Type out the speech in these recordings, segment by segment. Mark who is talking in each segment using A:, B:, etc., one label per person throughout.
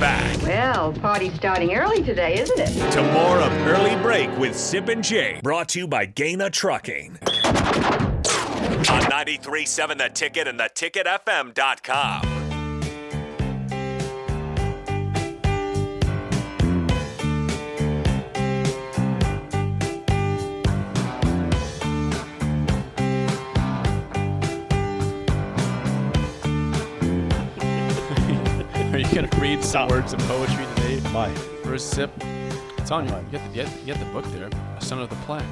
A: Back
B: Well, party's starting early today, isn't it?
A: to more of Early Break with Sip and Jay, brought to you by Gaina Trucking. On 93.7 The Ticket and theticketfm.com.
C: Are you gonna read some words of poetry today?
D: Why?
C: For a sip? It's on you. You got the, you got- you got the book there. A son of the play.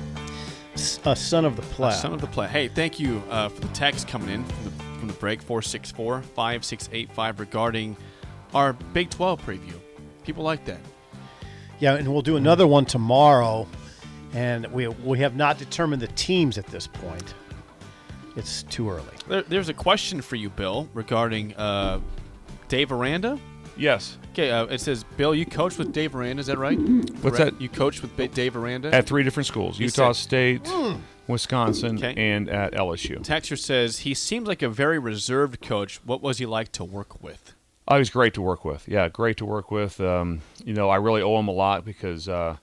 D: S- A son of the
C: A
D: plow.
C: son of the play. Hey, thank you uh, for the text coming in from the, from the break 464 5685 regarding our Big 12 preview. People like that.
D: yeah, and we'll do another one tomorrow. And we we have not determined the teams at this point. It's too early.
C: There, there's a question for you, Bill, regarding uh, Dave Aranda.
E: Yes.
C: Okay, uh, it says, Bill, you coached with Dave Aranda, is that right? Correct.
E: What's that?
C: You coached with Ba- Dave Aranda?
E: At three different schools Utah State, Wisconsin,
C: Okay.
E: and at LSU.
C: Texture says, he seems like a very reserved coach. What was he like to work with?
E: I Oh, was great to work with. Yeah, great to work with. Um, you know, I really owe him a lot because uh,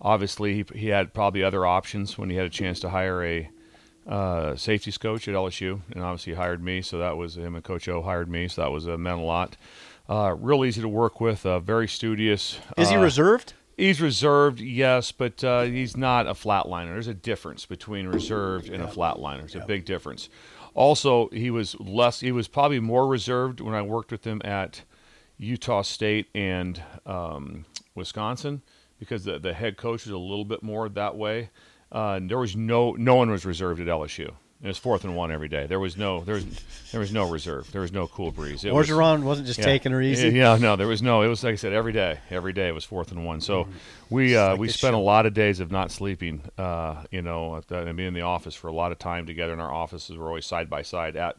E: obviously he, he had probably other options when he had a chance to hire a uh, safeties coach at LSU, and obviously he hired me. So that was him and Coach O hired me. So that was uh, meant a lot. Uh, real easy to work with. Uh, very studious.
D: Is he
E: uh,
D: reserved?
E: He's reserved, yes, but uh, he's not a flatliner. There's a difference between reserved and a flatliner. It's a big difference. Also, he was less. He was probably more reserved when I worked with him at Utah State and um, Wisconsin because the, the head coach was a little bit more that way. Uh, and there was no no one was reserved at LSU. It was fourth and one every day. There was no there was there was no reserve. There was no cool breeze. It was-
D: Orgeron wasn't just taking her easy.
E: yeah, no, there was no. It was like I said, every day, every day it was fourth and one. So
D: Mm-hmm.
E: we uh, we spent a lot of days of not sleeping. Uh, you know, at the, and being in the office for a lot of time together. In our offices were always side by side at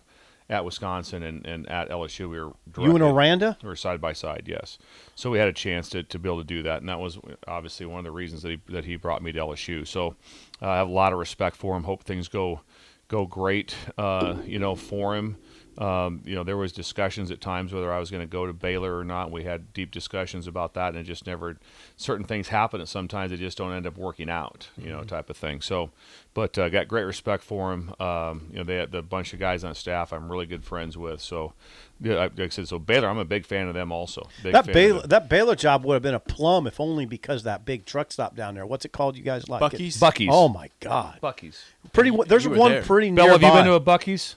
E: at Wisconsin and, and at LSU. We were
D: You and
E: directly-
D: Oranda?
E: we were side by side, yes. So we had a chance to, to be able to do that, and that was obviously one of the reasons that he that he brought me to LSU. So uh, I have a lot of respect for him. Hope things go go great, uh, you know, for him. Um, you know, there was discussions at times whether I was going to go to Baylor or not. We had deep discussions about that, and it just never. Certain things happen, and sometimes they just don't end up working out, you know, type of thing. So, but uh, got great respect for him. Um, you know, they had the bunch of guys on staff I'm really good friends with. So, yeah, I- like I said, so Baylor, I'm a big fan of them also. Big
D: That
E: fan of
D: Baylor,
E: them.
D: that Baylor job would have been a plum if only because that big truck stop down there. What's it called? You guys like it?
C: Buc-ee's?
E: Buc-ee's.
D: Oh my God!
E: Bucky's.
D: Pretty. There's
C: You were
D: one
C: there.
D: pretty
E: Bell, have you
D: nearby.
E: been to a Bucky's?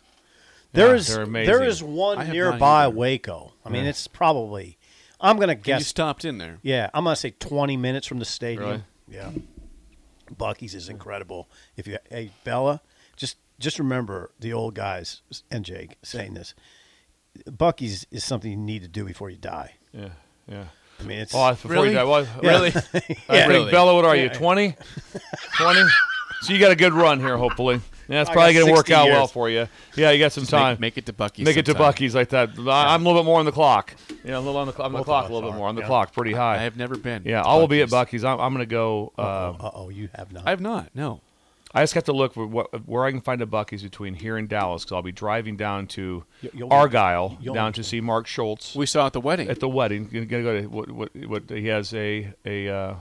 D: There
E: Yeah,
D: is
E: they're amazing.
D: there is
C: I
D: one
C: have not
D: nearby
C: either.
D: Waco. I mean, it's probably. I'm gonna
C: You
D: guess
C: stopped in there.
D: Yeah, I'm gonna say 20 minutes from the stadium.
E: Really?
D: Yeah, Bucky's is incredible. If you, hey Bella, just just remember the old guys and Jake saying this. Bucky's is something you need to do before you die.
E: Yeah, yeah.
D: I mean, it's
E: Oh, I- before
C: Really?
E: you die, well,
C: Really?
E: I think
C: Really?
E: Bella, what are you, 20? 20? So you got a good run here, hopefully. Yeah, it's probably
D: got
E: going to work
D: 60
E: out
D: years.
E: well for you. Yeah, you got some time.
C: Make, make it to Bucky's.
E: Make it to
C: sometime.
E: Bucky's like that. I- I'm a little bit more on the clock. Yeah, a little on the, cl- on the
D: Both of
E: clock,
D: us
E: a little
D: are,
E: bit more on the
D: yeah.
E: clock, pretty high.
C: I have never been.
E: yeah,
C: to
E: I will be at
C: Buc-ee's.
E: Bucky's. I'm, I'm going to go. Uh,
D: uh oh, you have not.
C: I have not. No.
E: I just have to look for what, where I can find a Bucky's between here and Dallas because I'll be driving down to
D: You- you'll-
E: Argyle
D: you'll-
E: down to see Mark Schultz
C: We saw at the wedding.
E: at the wedding. Gonna go to what, what, what he has a a. Uh,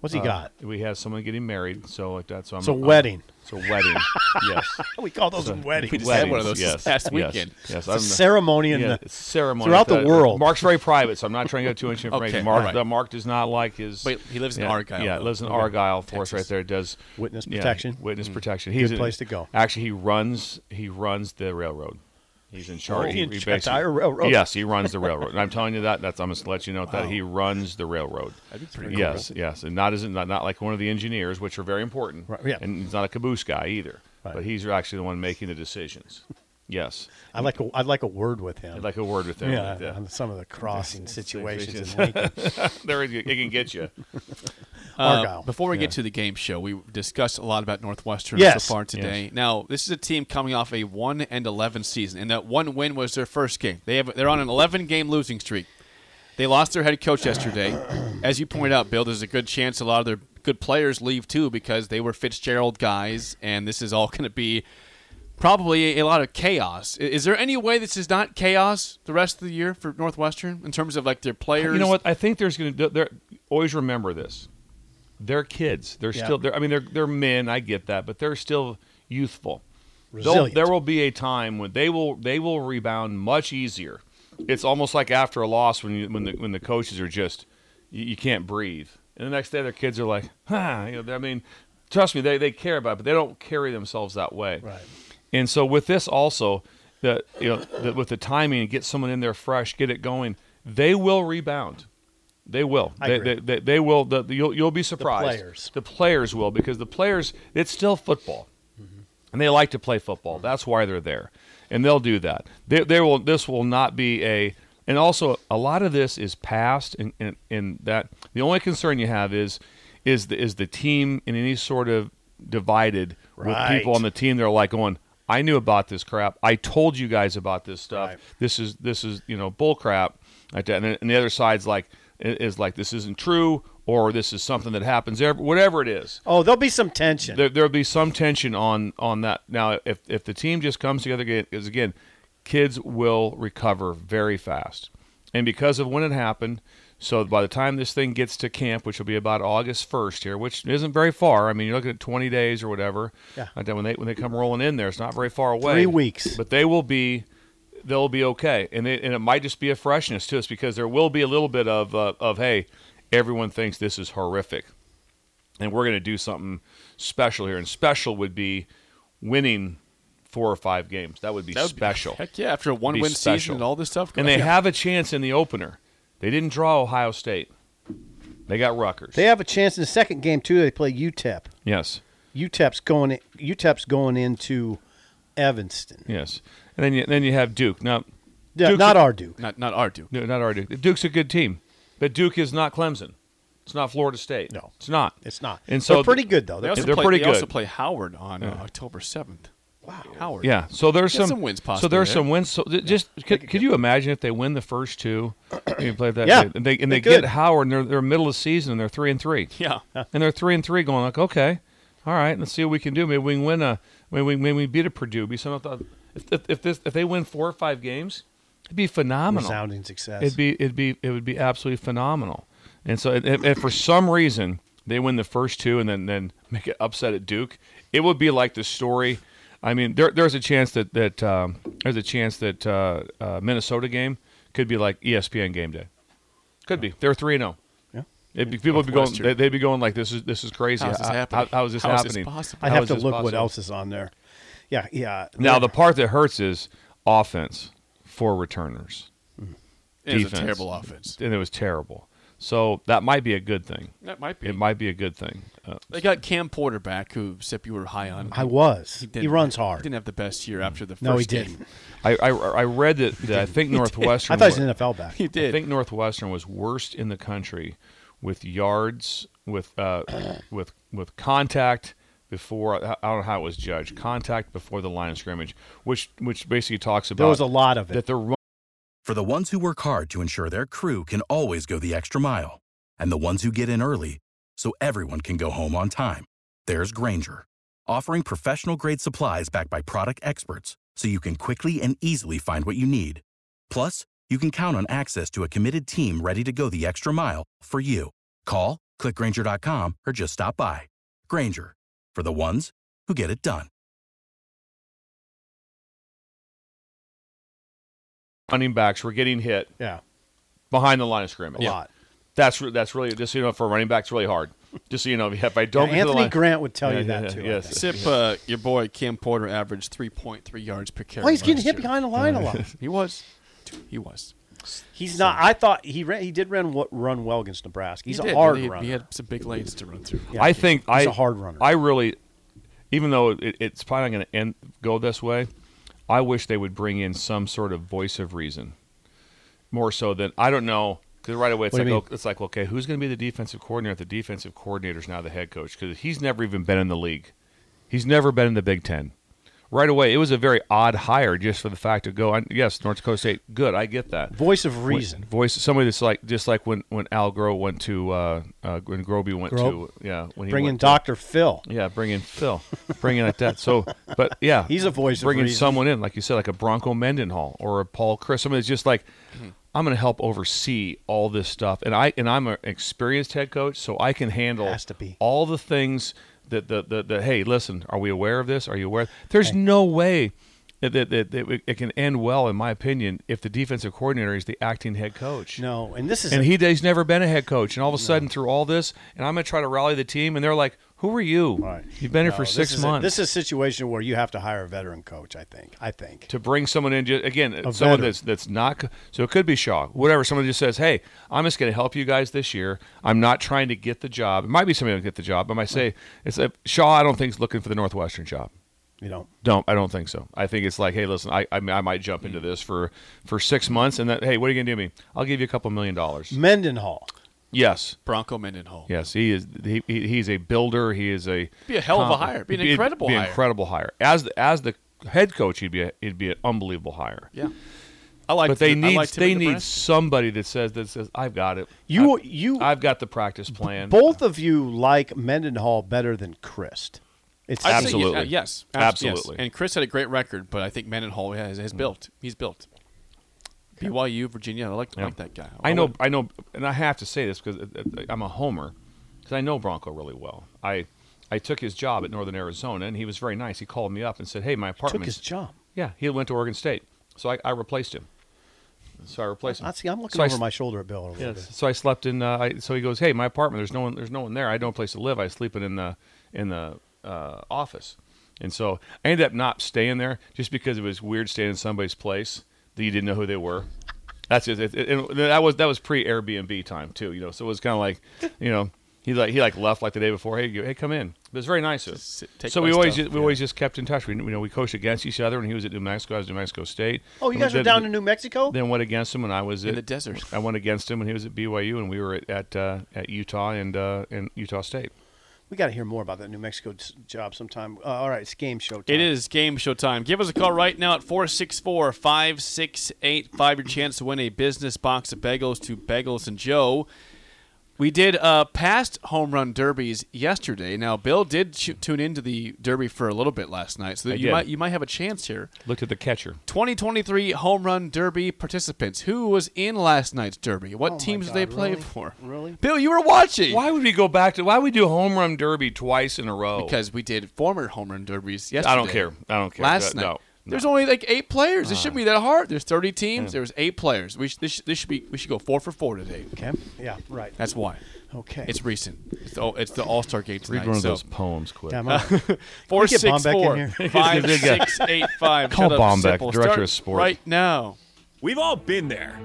D: What's he
E: uh,
D: got?
E: We have someone getting married, so like that. So I'm
D: It's a wedding.
E: It's a wedding. yes.
D: Oh, We call those weddings.
C: We just had one of those this
E: yes,
C: past
E: yes,
C: weekend.
E: Yes,
D: It's a
E: I'm-
D: ceremony in
E: yeah,
D: the
E: it's ceremony
D: throughout the
E: that-
D: world.
E: Mark's very private, so I'm not trying to get too much information.
C: Okay,
E: Mark,
C: all right.
E: uh, Mark does not like his.
C: But he lives in
E: yeah,
C: Argyle,
E: Yeah,
C: though.
E: lives in
C: Okay.
E: Argyle for us right
C: Texas. Mm.
E: there. Does
D: Witness
E: yeah,
D: protection.
E: Witness protection. He's
D: Good
E: in-
D: place to go.
E: Actually, he runs. He runs the railroad. He's in charge.
D: Oh, the entire
E: basically-
D: railroad.
E: Yes, he runs the railroad. And I'm telling you that. That's I'm just let you know that he runs the railroad. That'd be pretty. Yes, yes, and not isn't not, not like one of the engineers, which are very important.
D: Right, yeah.
E: And he's not a caboose guy either.
D: Right.
E: But he's actually the one making the decisions. Yes.
D: I like a, I'd like a word with him.
E: I'd like a word with him.
D: yeah,
E: Yeah.
D: on some of the crossing situations
E: situations.
D: in Lincoln,
E: there it, it can get you.
C: Uh,
D: Argyle.
C: before we get to the game show, we discussed a lot about Northwestern
D: Yes.
C: so far today. Now, this is a team coming off a one and eleven season, and that one win was their first game. They have they're on an eleven game losing streak. They lost their head coach yesterday. As you point out, Bill, there's a good chance a lot of their good players leave too because they were Fitzgerald guys, and this is all going to be probably a lot of chaos. I- Is there any way this is not chaos the rest of the year for Northwestern in terms of like their players?
E: You know what? I think there's going to there. Always remember this. They're kids. They're
D: Yeah.
E: still. They're, I mean, they're they're men. I get that, but they're still youthful. They'll-
D: Resilient.
E: There will be a time when they will they will rebound much easier. It's almost like after a loss when you, when the when the coaches are just you, you can't breathe, and the next day their kids are like, huh. You know, I mean, trust me, they they care about, it, but they don't carry themselves that way.
D: Right.
E: And so with this also, the you know the, with the timing, get someone in there fresh, get it going. They will rebound. They will.
D: I
E: they,
D: agree.
E: They, they, they will. The, the- you'll, you'll be surprised.
D: players.
E: The players will because the players. It's still football,
D: Mm-hmm.
E: and they like to play football. That's why they're there, and they'll do that. They, they will. This will not be a. And also, a lot of this is past, and, and, and that the only concern you have is, is the, is the team in any sort of divided with
D: Right.
E: people on the team. They're like going, I knew about this crap. I told you guys about this stuff.
D: Right.
E: This is this is you know bull crap. Like that. And, then- and the other side's like i- is like this isn't true or this is something that happens every whatever it is.
D: oh, there'll be some tension.
E: There there'll be some tension on on that. Now if if the team just comes together again, is again, kids will recover very fast. And because of when it happened, so by the time this thing gets to camp, which will be about August first here, which isn't very far. I mean, you're looking at 20 days or whatever.
D: Yeah.
E: And then when they when they come rolling in there, it's not very far away.
D: Three weeks.
E: But they will be, they'll be okay, and they, and it might just be a freshness to us because there will be a little bit of uh, of hey, everyone thinks this is horrific, and we're going to do something special here, and special would be winning four or five games. That would be
C: That would be-
E: special.
C: Heck yeah! After a one
E: Be
C: win season
E: special.
C: and all this stuff,
E: and they
C: Yeah.
E: have a chance in the opener. They didn't draw Ohio State. They got Rutgers.
D: They have a chance in the second game too. They play E UTEP.
E: yes.
D: UTEP's E going. UTEP's E going into Evanston.
E: Yes. And then you, then you have Duke. Now,
D: Yeah,
E: Duke's
D: not
E: a-
D: our Duke.
C: not not our Duke.
E: No, not our Duke. Duke's a good team, but Duke is not Clemson. It's not Florida State.
D: No.
E: it's not.
D: It's not.
E: And so
D: they're pretty good though.
C: They
D: They're
C: also
E: they're
C: play,
E: pretty
C: they
E: good.
C: also play Howard on uh, October seventh. Wow, Howard.
E: Yeah. So there's
C: Get
E: some,
C: some wins
E: So
C: possibly
E: there's
C: there.
E: some wins. So th- just could, could you imagine if they win the first two? you play that.
D: Yeah,
E: And they and
D: they
E: they get
D: could.
E: Howard and they're they're middle of season and they're three and three.
C: Yeah.
E: And they're three and three going like okay, all right. Let's see what we can do. Maybe we can win a maybe we, maybe we beat a Purdue. Be some of the if if, if, this, if they win four or five games, it'd be phenomenal.
D: resounding success.
E: It'd be it'd be it would be absolutely phenomenal. And so, if, if for some reason they win the first two and then then make an upset at Duke, it would be like the story. I mean, there, there's a chance that that um, there's a chance that uh, uh, Minnesota game could be like E ESPN game day. Could be. They're three and zero.
D: Yeah.
E: It'd be, people would be going.
C: Northwestern.
E: They'd they'd be going like, "This is this is crazy.
C: How is this
E: How-
C: happening?
E: How, how is this
C: How is this
E: happening?
C: possible?
D: I'd
E: How
D: have
E: is
D: to
E: this
D: look what
E: possible?
D: else is on there. Yeah, yeah.
E: Now,
D: They're-
E: the part that hurts is offense for returners,
C: It was a
E: Defense.
C: terrible offense.
E: and it was terrible. So that might be a good thing.
C: That might be.
E: It might be a good thing. Uh,
C: They got Cam Porter back, who Sip you were high on.
D: I was.
C: didn't-
D: He runs
C: He
D: hard. Mm-hmm.
C: didn't have the best year after the first.
D: No, he
C: game.
D: didn't.
E: I, I, I read that, that I think Northwestern.
D: I thought
E: was-
D: he was an NFL back.
C: He
E: I
C: did.
E: think Northwestern was worst in the country with yards, with uh, with with contact before. I don't know how it was judged. Contact before the line of scrimmage, which which basically talks about
D: There was a lot of
E: that
D: it.
E: the run
F: For the ones who work hard to ensure their crew can always go the extra mile, and the ones who get in early so everyone can go home on time, there's Granger, offering professional grade supplies backed by product experts so you can quickly and easily find what you need. Plus, you can count on access to a committed team ready to go the extra mile for you. Call, click Granger.com, or just stop by. Granger, for the ones who get it done.
E: running backs were getting hit
D: Yeah,
E: behind the line of scrimmage.
D: a lot.
E: That's re- that's really just so you know for a running back, it's really hard. Just so you know, if I
D: Yeah,
E: don't get to the
D: Anthony
E: line,
D: Grant would tell
E: Yeah,
D: you
E: yeah,
D: that
E: yeah,
D: too. I
E: yes.
D: think.
C: Sip, uh, your boy Cam Porter averaged 3.3 yards per carry.
D: Oh, he's getting
C: last
D: hit
C: year.
D: behind the line a lot.
C: He was. He was.
D: He's not. I thought he ran, he did run what run well against Nebraska. He's
C: he
D: a
C: did.
D: hard
C: he,
D: runner.
C: He had some big lanes to run through.
D: Yeah,
E: I think
D: he's
E: I-
D: a hard runner.
E: I really, even though it, it's probably not going to end go this way, I wish they would bring in some sort of voice of reason, more so than I don't know. Because right away it's
D: What do
E: like
D: you
E: oh, it's like okay, who's going to be the defensive coordinator? If the defensive coordinator's now the head coach because he's never even been in the league. He's never been in the Big Ten. Right away, it was a very odd hire just for the fact to go. I, yes, North Dakota State, good. I get that
D: Voice of reason.
E: voice somebody that's like just like when when Al Groh went to uh, uh when Groby went
D: Grobe?
E: to yeah when he
D: Bring in
E: went
D: Doctor Phil.
E: to, yeah bring in Phil bring in like that so but yeah
D: He's a voice of
E: bringing
D: reason.
E: someone in like you said like a Bronco Mendenhall or a Paul Chris somebody that's just like I'm gonna help oversee all this stuff and I and I'm an experienced head coach so I can handle
D: Has to be.
E: all the things that the, the, the hey listen are we aware of this are you aware there's no way that, that, that, that it- it can end well in my opinion if the defensive coordinator is the acting head coach
D: No, and this is
E: and he he's never been a head coach and all of a sudden through all this and i'm going to try to rally the team and they're like who are you
D: Right.
E: you've been here
D: No,
E: for
D: this
E: six
D: is a-
E: months
D: this is a situation where you have to hire a veteran coach. I think. I think.
E: to bring someone in ju- again someone
D: veteran.
E: that's that's not c- so it could be shaw whatever someone just says hey i'm just going to help you guys this year i'm not trying to get the job it might be somebody who get the job but i might say it's a, shaw i don't think is looking for the northwestern job
D: You know.
E: don't I don't think so. I think it's like, hey, listen, I I, mean, I might jump into this for for six months, and then hey, what are you gonna do to me? I'll give you a couple million dollars.
D: Mendenhall.
E: Yes,
C: Bronco Mendenhall.
E: yes, he is. He, he he's a builder. He is a
C: Be a hell of a hire. Be an
E: a-
C: incredible
E: be
C: hire.
E: incredible hire. As the, as the head coach, he'd be a, he'd be an unbelievable hire.
C: Yeah. I like.
E: But they
C: I
E: need
C: liked him
E: they
C: at
E: need
C: Nebraska.
E: somebody that says that says I've got it.
D: You
E: I've,
D: you
E: I've got the practice plan.
D: both of you like Mendenhall better than Christ. It's
C: I'd say yes,
E: Absolutely.
C: uh, yes, abs-
E: Absolutely.
C: yes.
E: Mm.
C: And Chris had a great record, but I think Mendenhall has, has built. He's built. BYU, Virginia. I like, I like that guy.
E: I know,
C: would-
E: I know, and I have to say this because I'm a homer, because I know Bronco really well. I, I took his job at Northern Arizona, and he was very nice. He called me up and said, "Hey, my
D: took
E: apartment."
D: his job.
E: Yeah, he went to Oregon State, so I, I replaced him. So I replaced him.
D: I see. I'm looking
E: So I
D: over
E: s-
D: my shoulder at Bill a little
E: Yes. So I slept in. Uh, I, so he goes, "Hey, my apartment. There's no one. There's no one there. I don't place to live. I sleep in the in the uh, office." And so I ended up not staying there just because it was weird staying in somebody's place that you didn't know who they were. That's just, it, it, and that was that was pre Airbnb time too. You know, so it was kind of like, you know, he like he like left like the day before. Hey, you, hey, come in. It was very nice. of him.
C: sit- take
E: so
C: my
E: we always
C: stuff,
E: just, we always just kept in touch. We, you know we coached against each other, and he was at New Mexico. I was at New Mexico State.
D: bit. Oh, you guys
E: Then-
D: are down in New Mexico.
E: then went against him when I was
C: In
E: at-
C: the desert.
E: I went against him when he was at BYU, and we were at at, uh, at Utah and uh, and Utah State.
D: We got to hear more about that New Mexico s- job sometime. Uh, all right, it's game show. Time.
C: It is game show time. Give us a call right now at 464 5685. Your chance to win a business box of bagels to Bagels and Joe. We did uh, past home run derbies yesterday. Now, Bill did ch- tune into the derby for a little bit last night, so
E: I
C: that you
E: did.
C: might, you might have a chance here.
E: Looked at the catcher.
C: 2023 home run derby participants. Who was in last night's derby? What
D: Oh my
C: teams did they
D: God,
C: play
D: really?
C: for?
D: Really?
C: Bill, you were watching.
E: Why would we go back to? Why would we do home run derby twice in a row?
C: Oh. Because we did former home run derbies yesterday.
E: I don't care. I don't care.
C: Last
E: No,
C: night.
E: no, no.
C: There's only like eight players. This shouldn't be that hard. There's 30 teams. There was eight players. We sh- this, sh- this should be we should go four for four today.
D: Okay. Yeah. Right.
C: That's why.
D: Okay.
C: It's recent. It's the, it's the All Star game tonight.
E: read one of
C: so
E: those poems quick.
D: Yeah, I'm on-
C: four
D: Can we get
C: six
D: Bombeck in
C: four
D: here?
C: five six eight five.
E: Call
C: Shut up,
E: Bombeck,
C: Sipple.
E: director
C: Start
E: of sport.
C: right now.
A: We've all been there.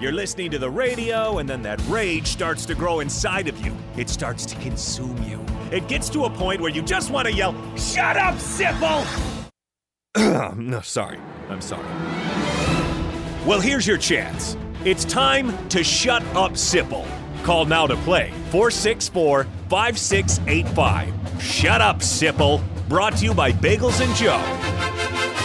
A: You're listening to the radio, and then that rage starts to grow inside of you. It starts to consume you. It gets to a point where you just want to yell, Shut up, Sipple! no, sorry. I'm sorry. Well, here's your chance. It's time to shut up, Sipple. Call now to play 464 5685. Shut up, Sipple. Brought to you by Bagels and Joe.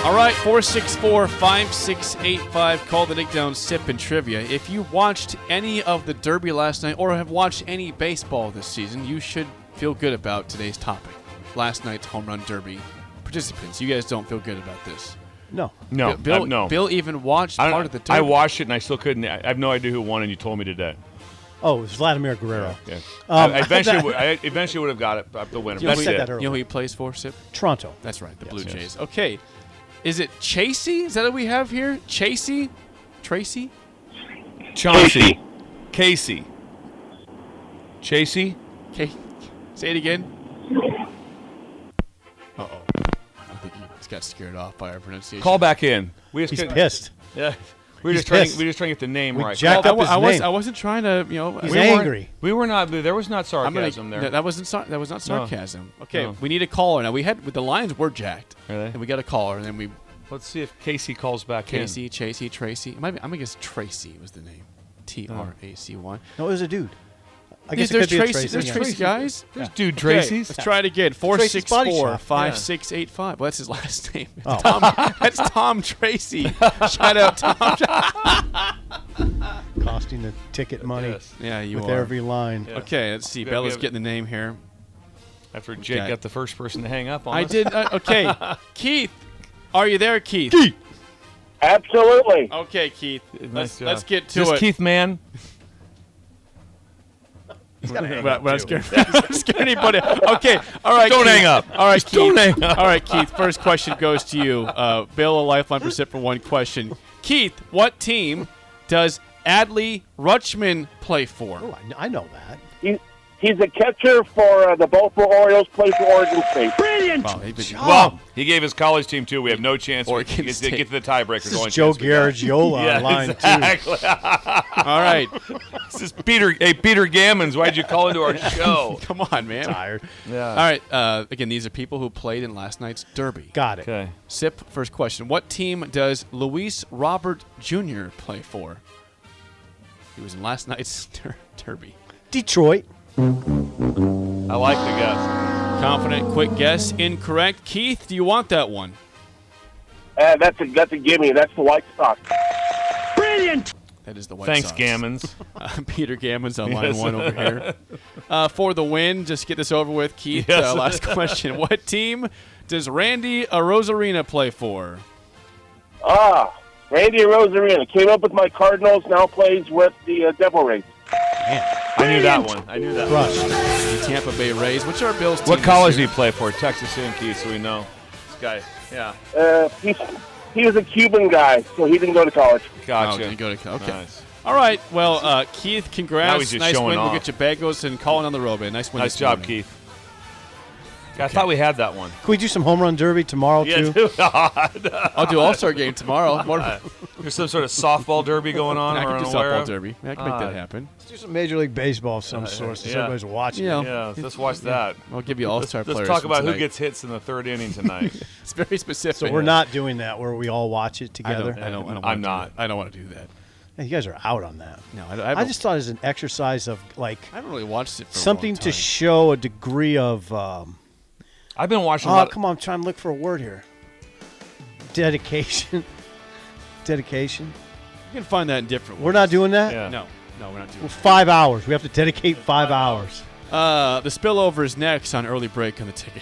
C: All right, 464 5685. Call the Nick Down Sip and Trivia. If you watched any of the Derby last night or have watched any baseball this season, you should feel good about today's topic. Last night's home run derby participants. You guys don't feel good about this.
D: no.
E: no,
C: Bill, Bill,
E: I, no.
C: Bill even watched
E: I, don't-
C: part of the derby.
E: I watched it and I still couldn't. I I have no idea who won, and you told me today.
D: Oh, it was Vladimir Guerrero.
E: Yeah.
D: Um,
E: I, I eventually, would, I eventually would have got it. but The winner.
C: You know
E: That's
C: who
D: said
E: it.
C: he-
D: that earlier.
C: You know who he plays for, Sip?
D: Toronto.
C: That's right, the
D: Yes,
C: Blue
D: yes.
C: Jays. Okay. Is it Chasey? Is that what we have here? Chasey? Tracy?
E: Chauncey. Casey. Chasey?
C: Okay. Say it again. Uh oh. I think he just got scared off by our pronunciation.
E: Call back in. We just
D: He's
E: couldn't-
D: pissed.
E: Yeah. We were
D: He's
E: just trying.
D: pissed.
E: We were just trying to get the name
D: We
E: right.
D: jacked
C: I,
E: Call-
D: up
C: wa-
D: his
C: I was,
D: name.
C: I wasn't trying to, you know.
D: He's
C: we weren't-
D: angry.
E: we were not. There was not
C: I'm gonna,
E: sarcasm there.
C: That, that wasn't sar- that was not
E: No.
C: sarcasm. Okay,
E: No.
C: we need a caller now. We had with the Lions were jacked,
E: Are they?
C: and we got a caller, and then we
E: Let's see if Casey calls back in.
C: Casey, Chasey, Tracy. It might be, I'm gonna guess Tracy was the name. T R A C Y.
D: No, it was a dude. I
C: There's
D: guess it could be a
C: Tracy.
D: Tracy,
C: There's
D: yeah.
C: Tracy guys.
E: There's dude
C: Okay,
E: Tracy's.
C: Let's try it again. Four
D: Tracy's
C: six
D: Body
C: four
D: Shop,
C: five
D: yeah.
C: six eight five. Well, that's his last name. It's
D: Oh.
C: Tom, that's Tom Tracy. Shout out Tom.
D: Costing the ticket money
E: Yes.
C: Yeah, you
D: with
C: are.
D: every line.
C: Okay, let's see.
E: Yeah, we
C: Bella's
E: have-
C: getting the name here.
E: After Jake
C: Okay.
E: got the first person to hang up on
C: I
E: us.
C: did. Uh, okay, Keith, are you there, Keith?
G: Absolutely.
C: Okay, Keith.
E: Nice
C: let's,
E: job.
C: let's get
E: Is
C: to
E: this
C: it.
E: Keith man.
C: Well, well, I'm scared. I'm scared anybody. Okay. All right.
E: Don't
C: Keith.
E: hang up.
C: All right, Keith.
E: don't hang up.
C: All right, Keith. First question goes to you. Uh, Bill, a lifeline for sit for one question. Keith, what team does Adley Rutschman play for?
D: Oh, I, kn- I know that.
G: He, he's a catcher for uh, the Baltimore Orioles, plays for Oregon State.
C: Wow, he did-
E: Well, he gave his college team too. We have no chance.
C: Oregon
E: we get, to
C: State.
E: get to the tiebreaker.
D: This is Joe Garagiola
E: Yeah,
D: on line two.
E: exactly.
C: All right.
E: this is Peter. Hey, Peter Gammons, why'd you call into our show?
C: Come on, man.
D: Tired.
E: yeah.
C: All right. Uh, again, these are people who played in last night's derby.
D: Got it.
E: Okay.
C: Sip, first question. What team does Luis Robert Jr. play for? He was in last night's der- derby.
D: Detroit.
E: I like the guess.
C: Confident, quick guess, incorrect. Keith, do you want that one?
G: Uh, that's a that's a gimme. That's the White Sox.
C: That is the White
E: Thanks,
C: Sox.
E: Gammons.
C: Uh, Peter Gammons on line
E: Yes.
C: one over here. Uh, for the win, just get this over with, Keith. Uh,
E: Yes.
C: last question. What team does Randy Rosarina play for?
G: Ah, Randy Rosarina came up with my Cardinals. Now plays with the uh, Devil Rays.
E: I knew that one. I knew that. One.
D: Rush.
C: The Tampa Bay Rays. Which are Bill's team
E: What
C: this
E: college did
C: year?
E: he play for? Texas A&T, so we know. This guy. Yeah.
G: Uh, he, he was a Cuban guy, so he didn't go to college.
C: Oh,
E: Gotcha.
C: didn't go to okay.
E: Nice.
C: All right. Well, uh, Keith, congrats.
E: Now he's just
C: nice
E: showing
C: win.
E: off.
C: We'll get you bagels and calling on the road, man. Nice win.
E: Nice
C: this
E: job,
C: morning.
E: Keith. Yeah, I thought we had that one.
D: Can we do some home run derby tomorrow
E: Yeah,
D: too?
E: dude.
C: I'll do All Star game tomorrow. More, I
E: There's some sort of softball derby going on.
C: can
E: we're
C: do
E: unaware
C: softball
E: of.
C: derby. I can make
E: Ah.
C: that happen.
D: Let's do some Major League Baseball of some sort since
E: yeah.
D: everybody's watching.
C: Yeah.
E: Yeah, let's watch that.
C: I'll give you All Star
E: Let's
C: players.
E: talk
C: from
E: about who
C: tonight.
E: gets hits in the third inning tonight.
C: It's very specific.
D: So we're not doing that where we all watch it
C: I don't.
D: together.
C: I don't, I don't
E: I'm
C: wanna do
E: not.
C: that. I don't want to do that.
D: Hey, You guys are out on that.
C: No, I, don't- I,
D: I,
C: haven't-
D: just thought it was an exercise of like
C: I haven't really watched it. For a long
D: something to
C: time.
D: show a degree of. Um,
E: I've been watching. a
D: oh,
E: lot-
D: come on! I'm trying to look for a word here. Dedication. dedication.
C: you can find that in different.
D: We're not doing that.
E: Yeah.
C: No, no, we're not doing.
D: Well, Five hours. We have to dedicate five hours.
C: it. Uh, the spillover is next on early break on the ticket.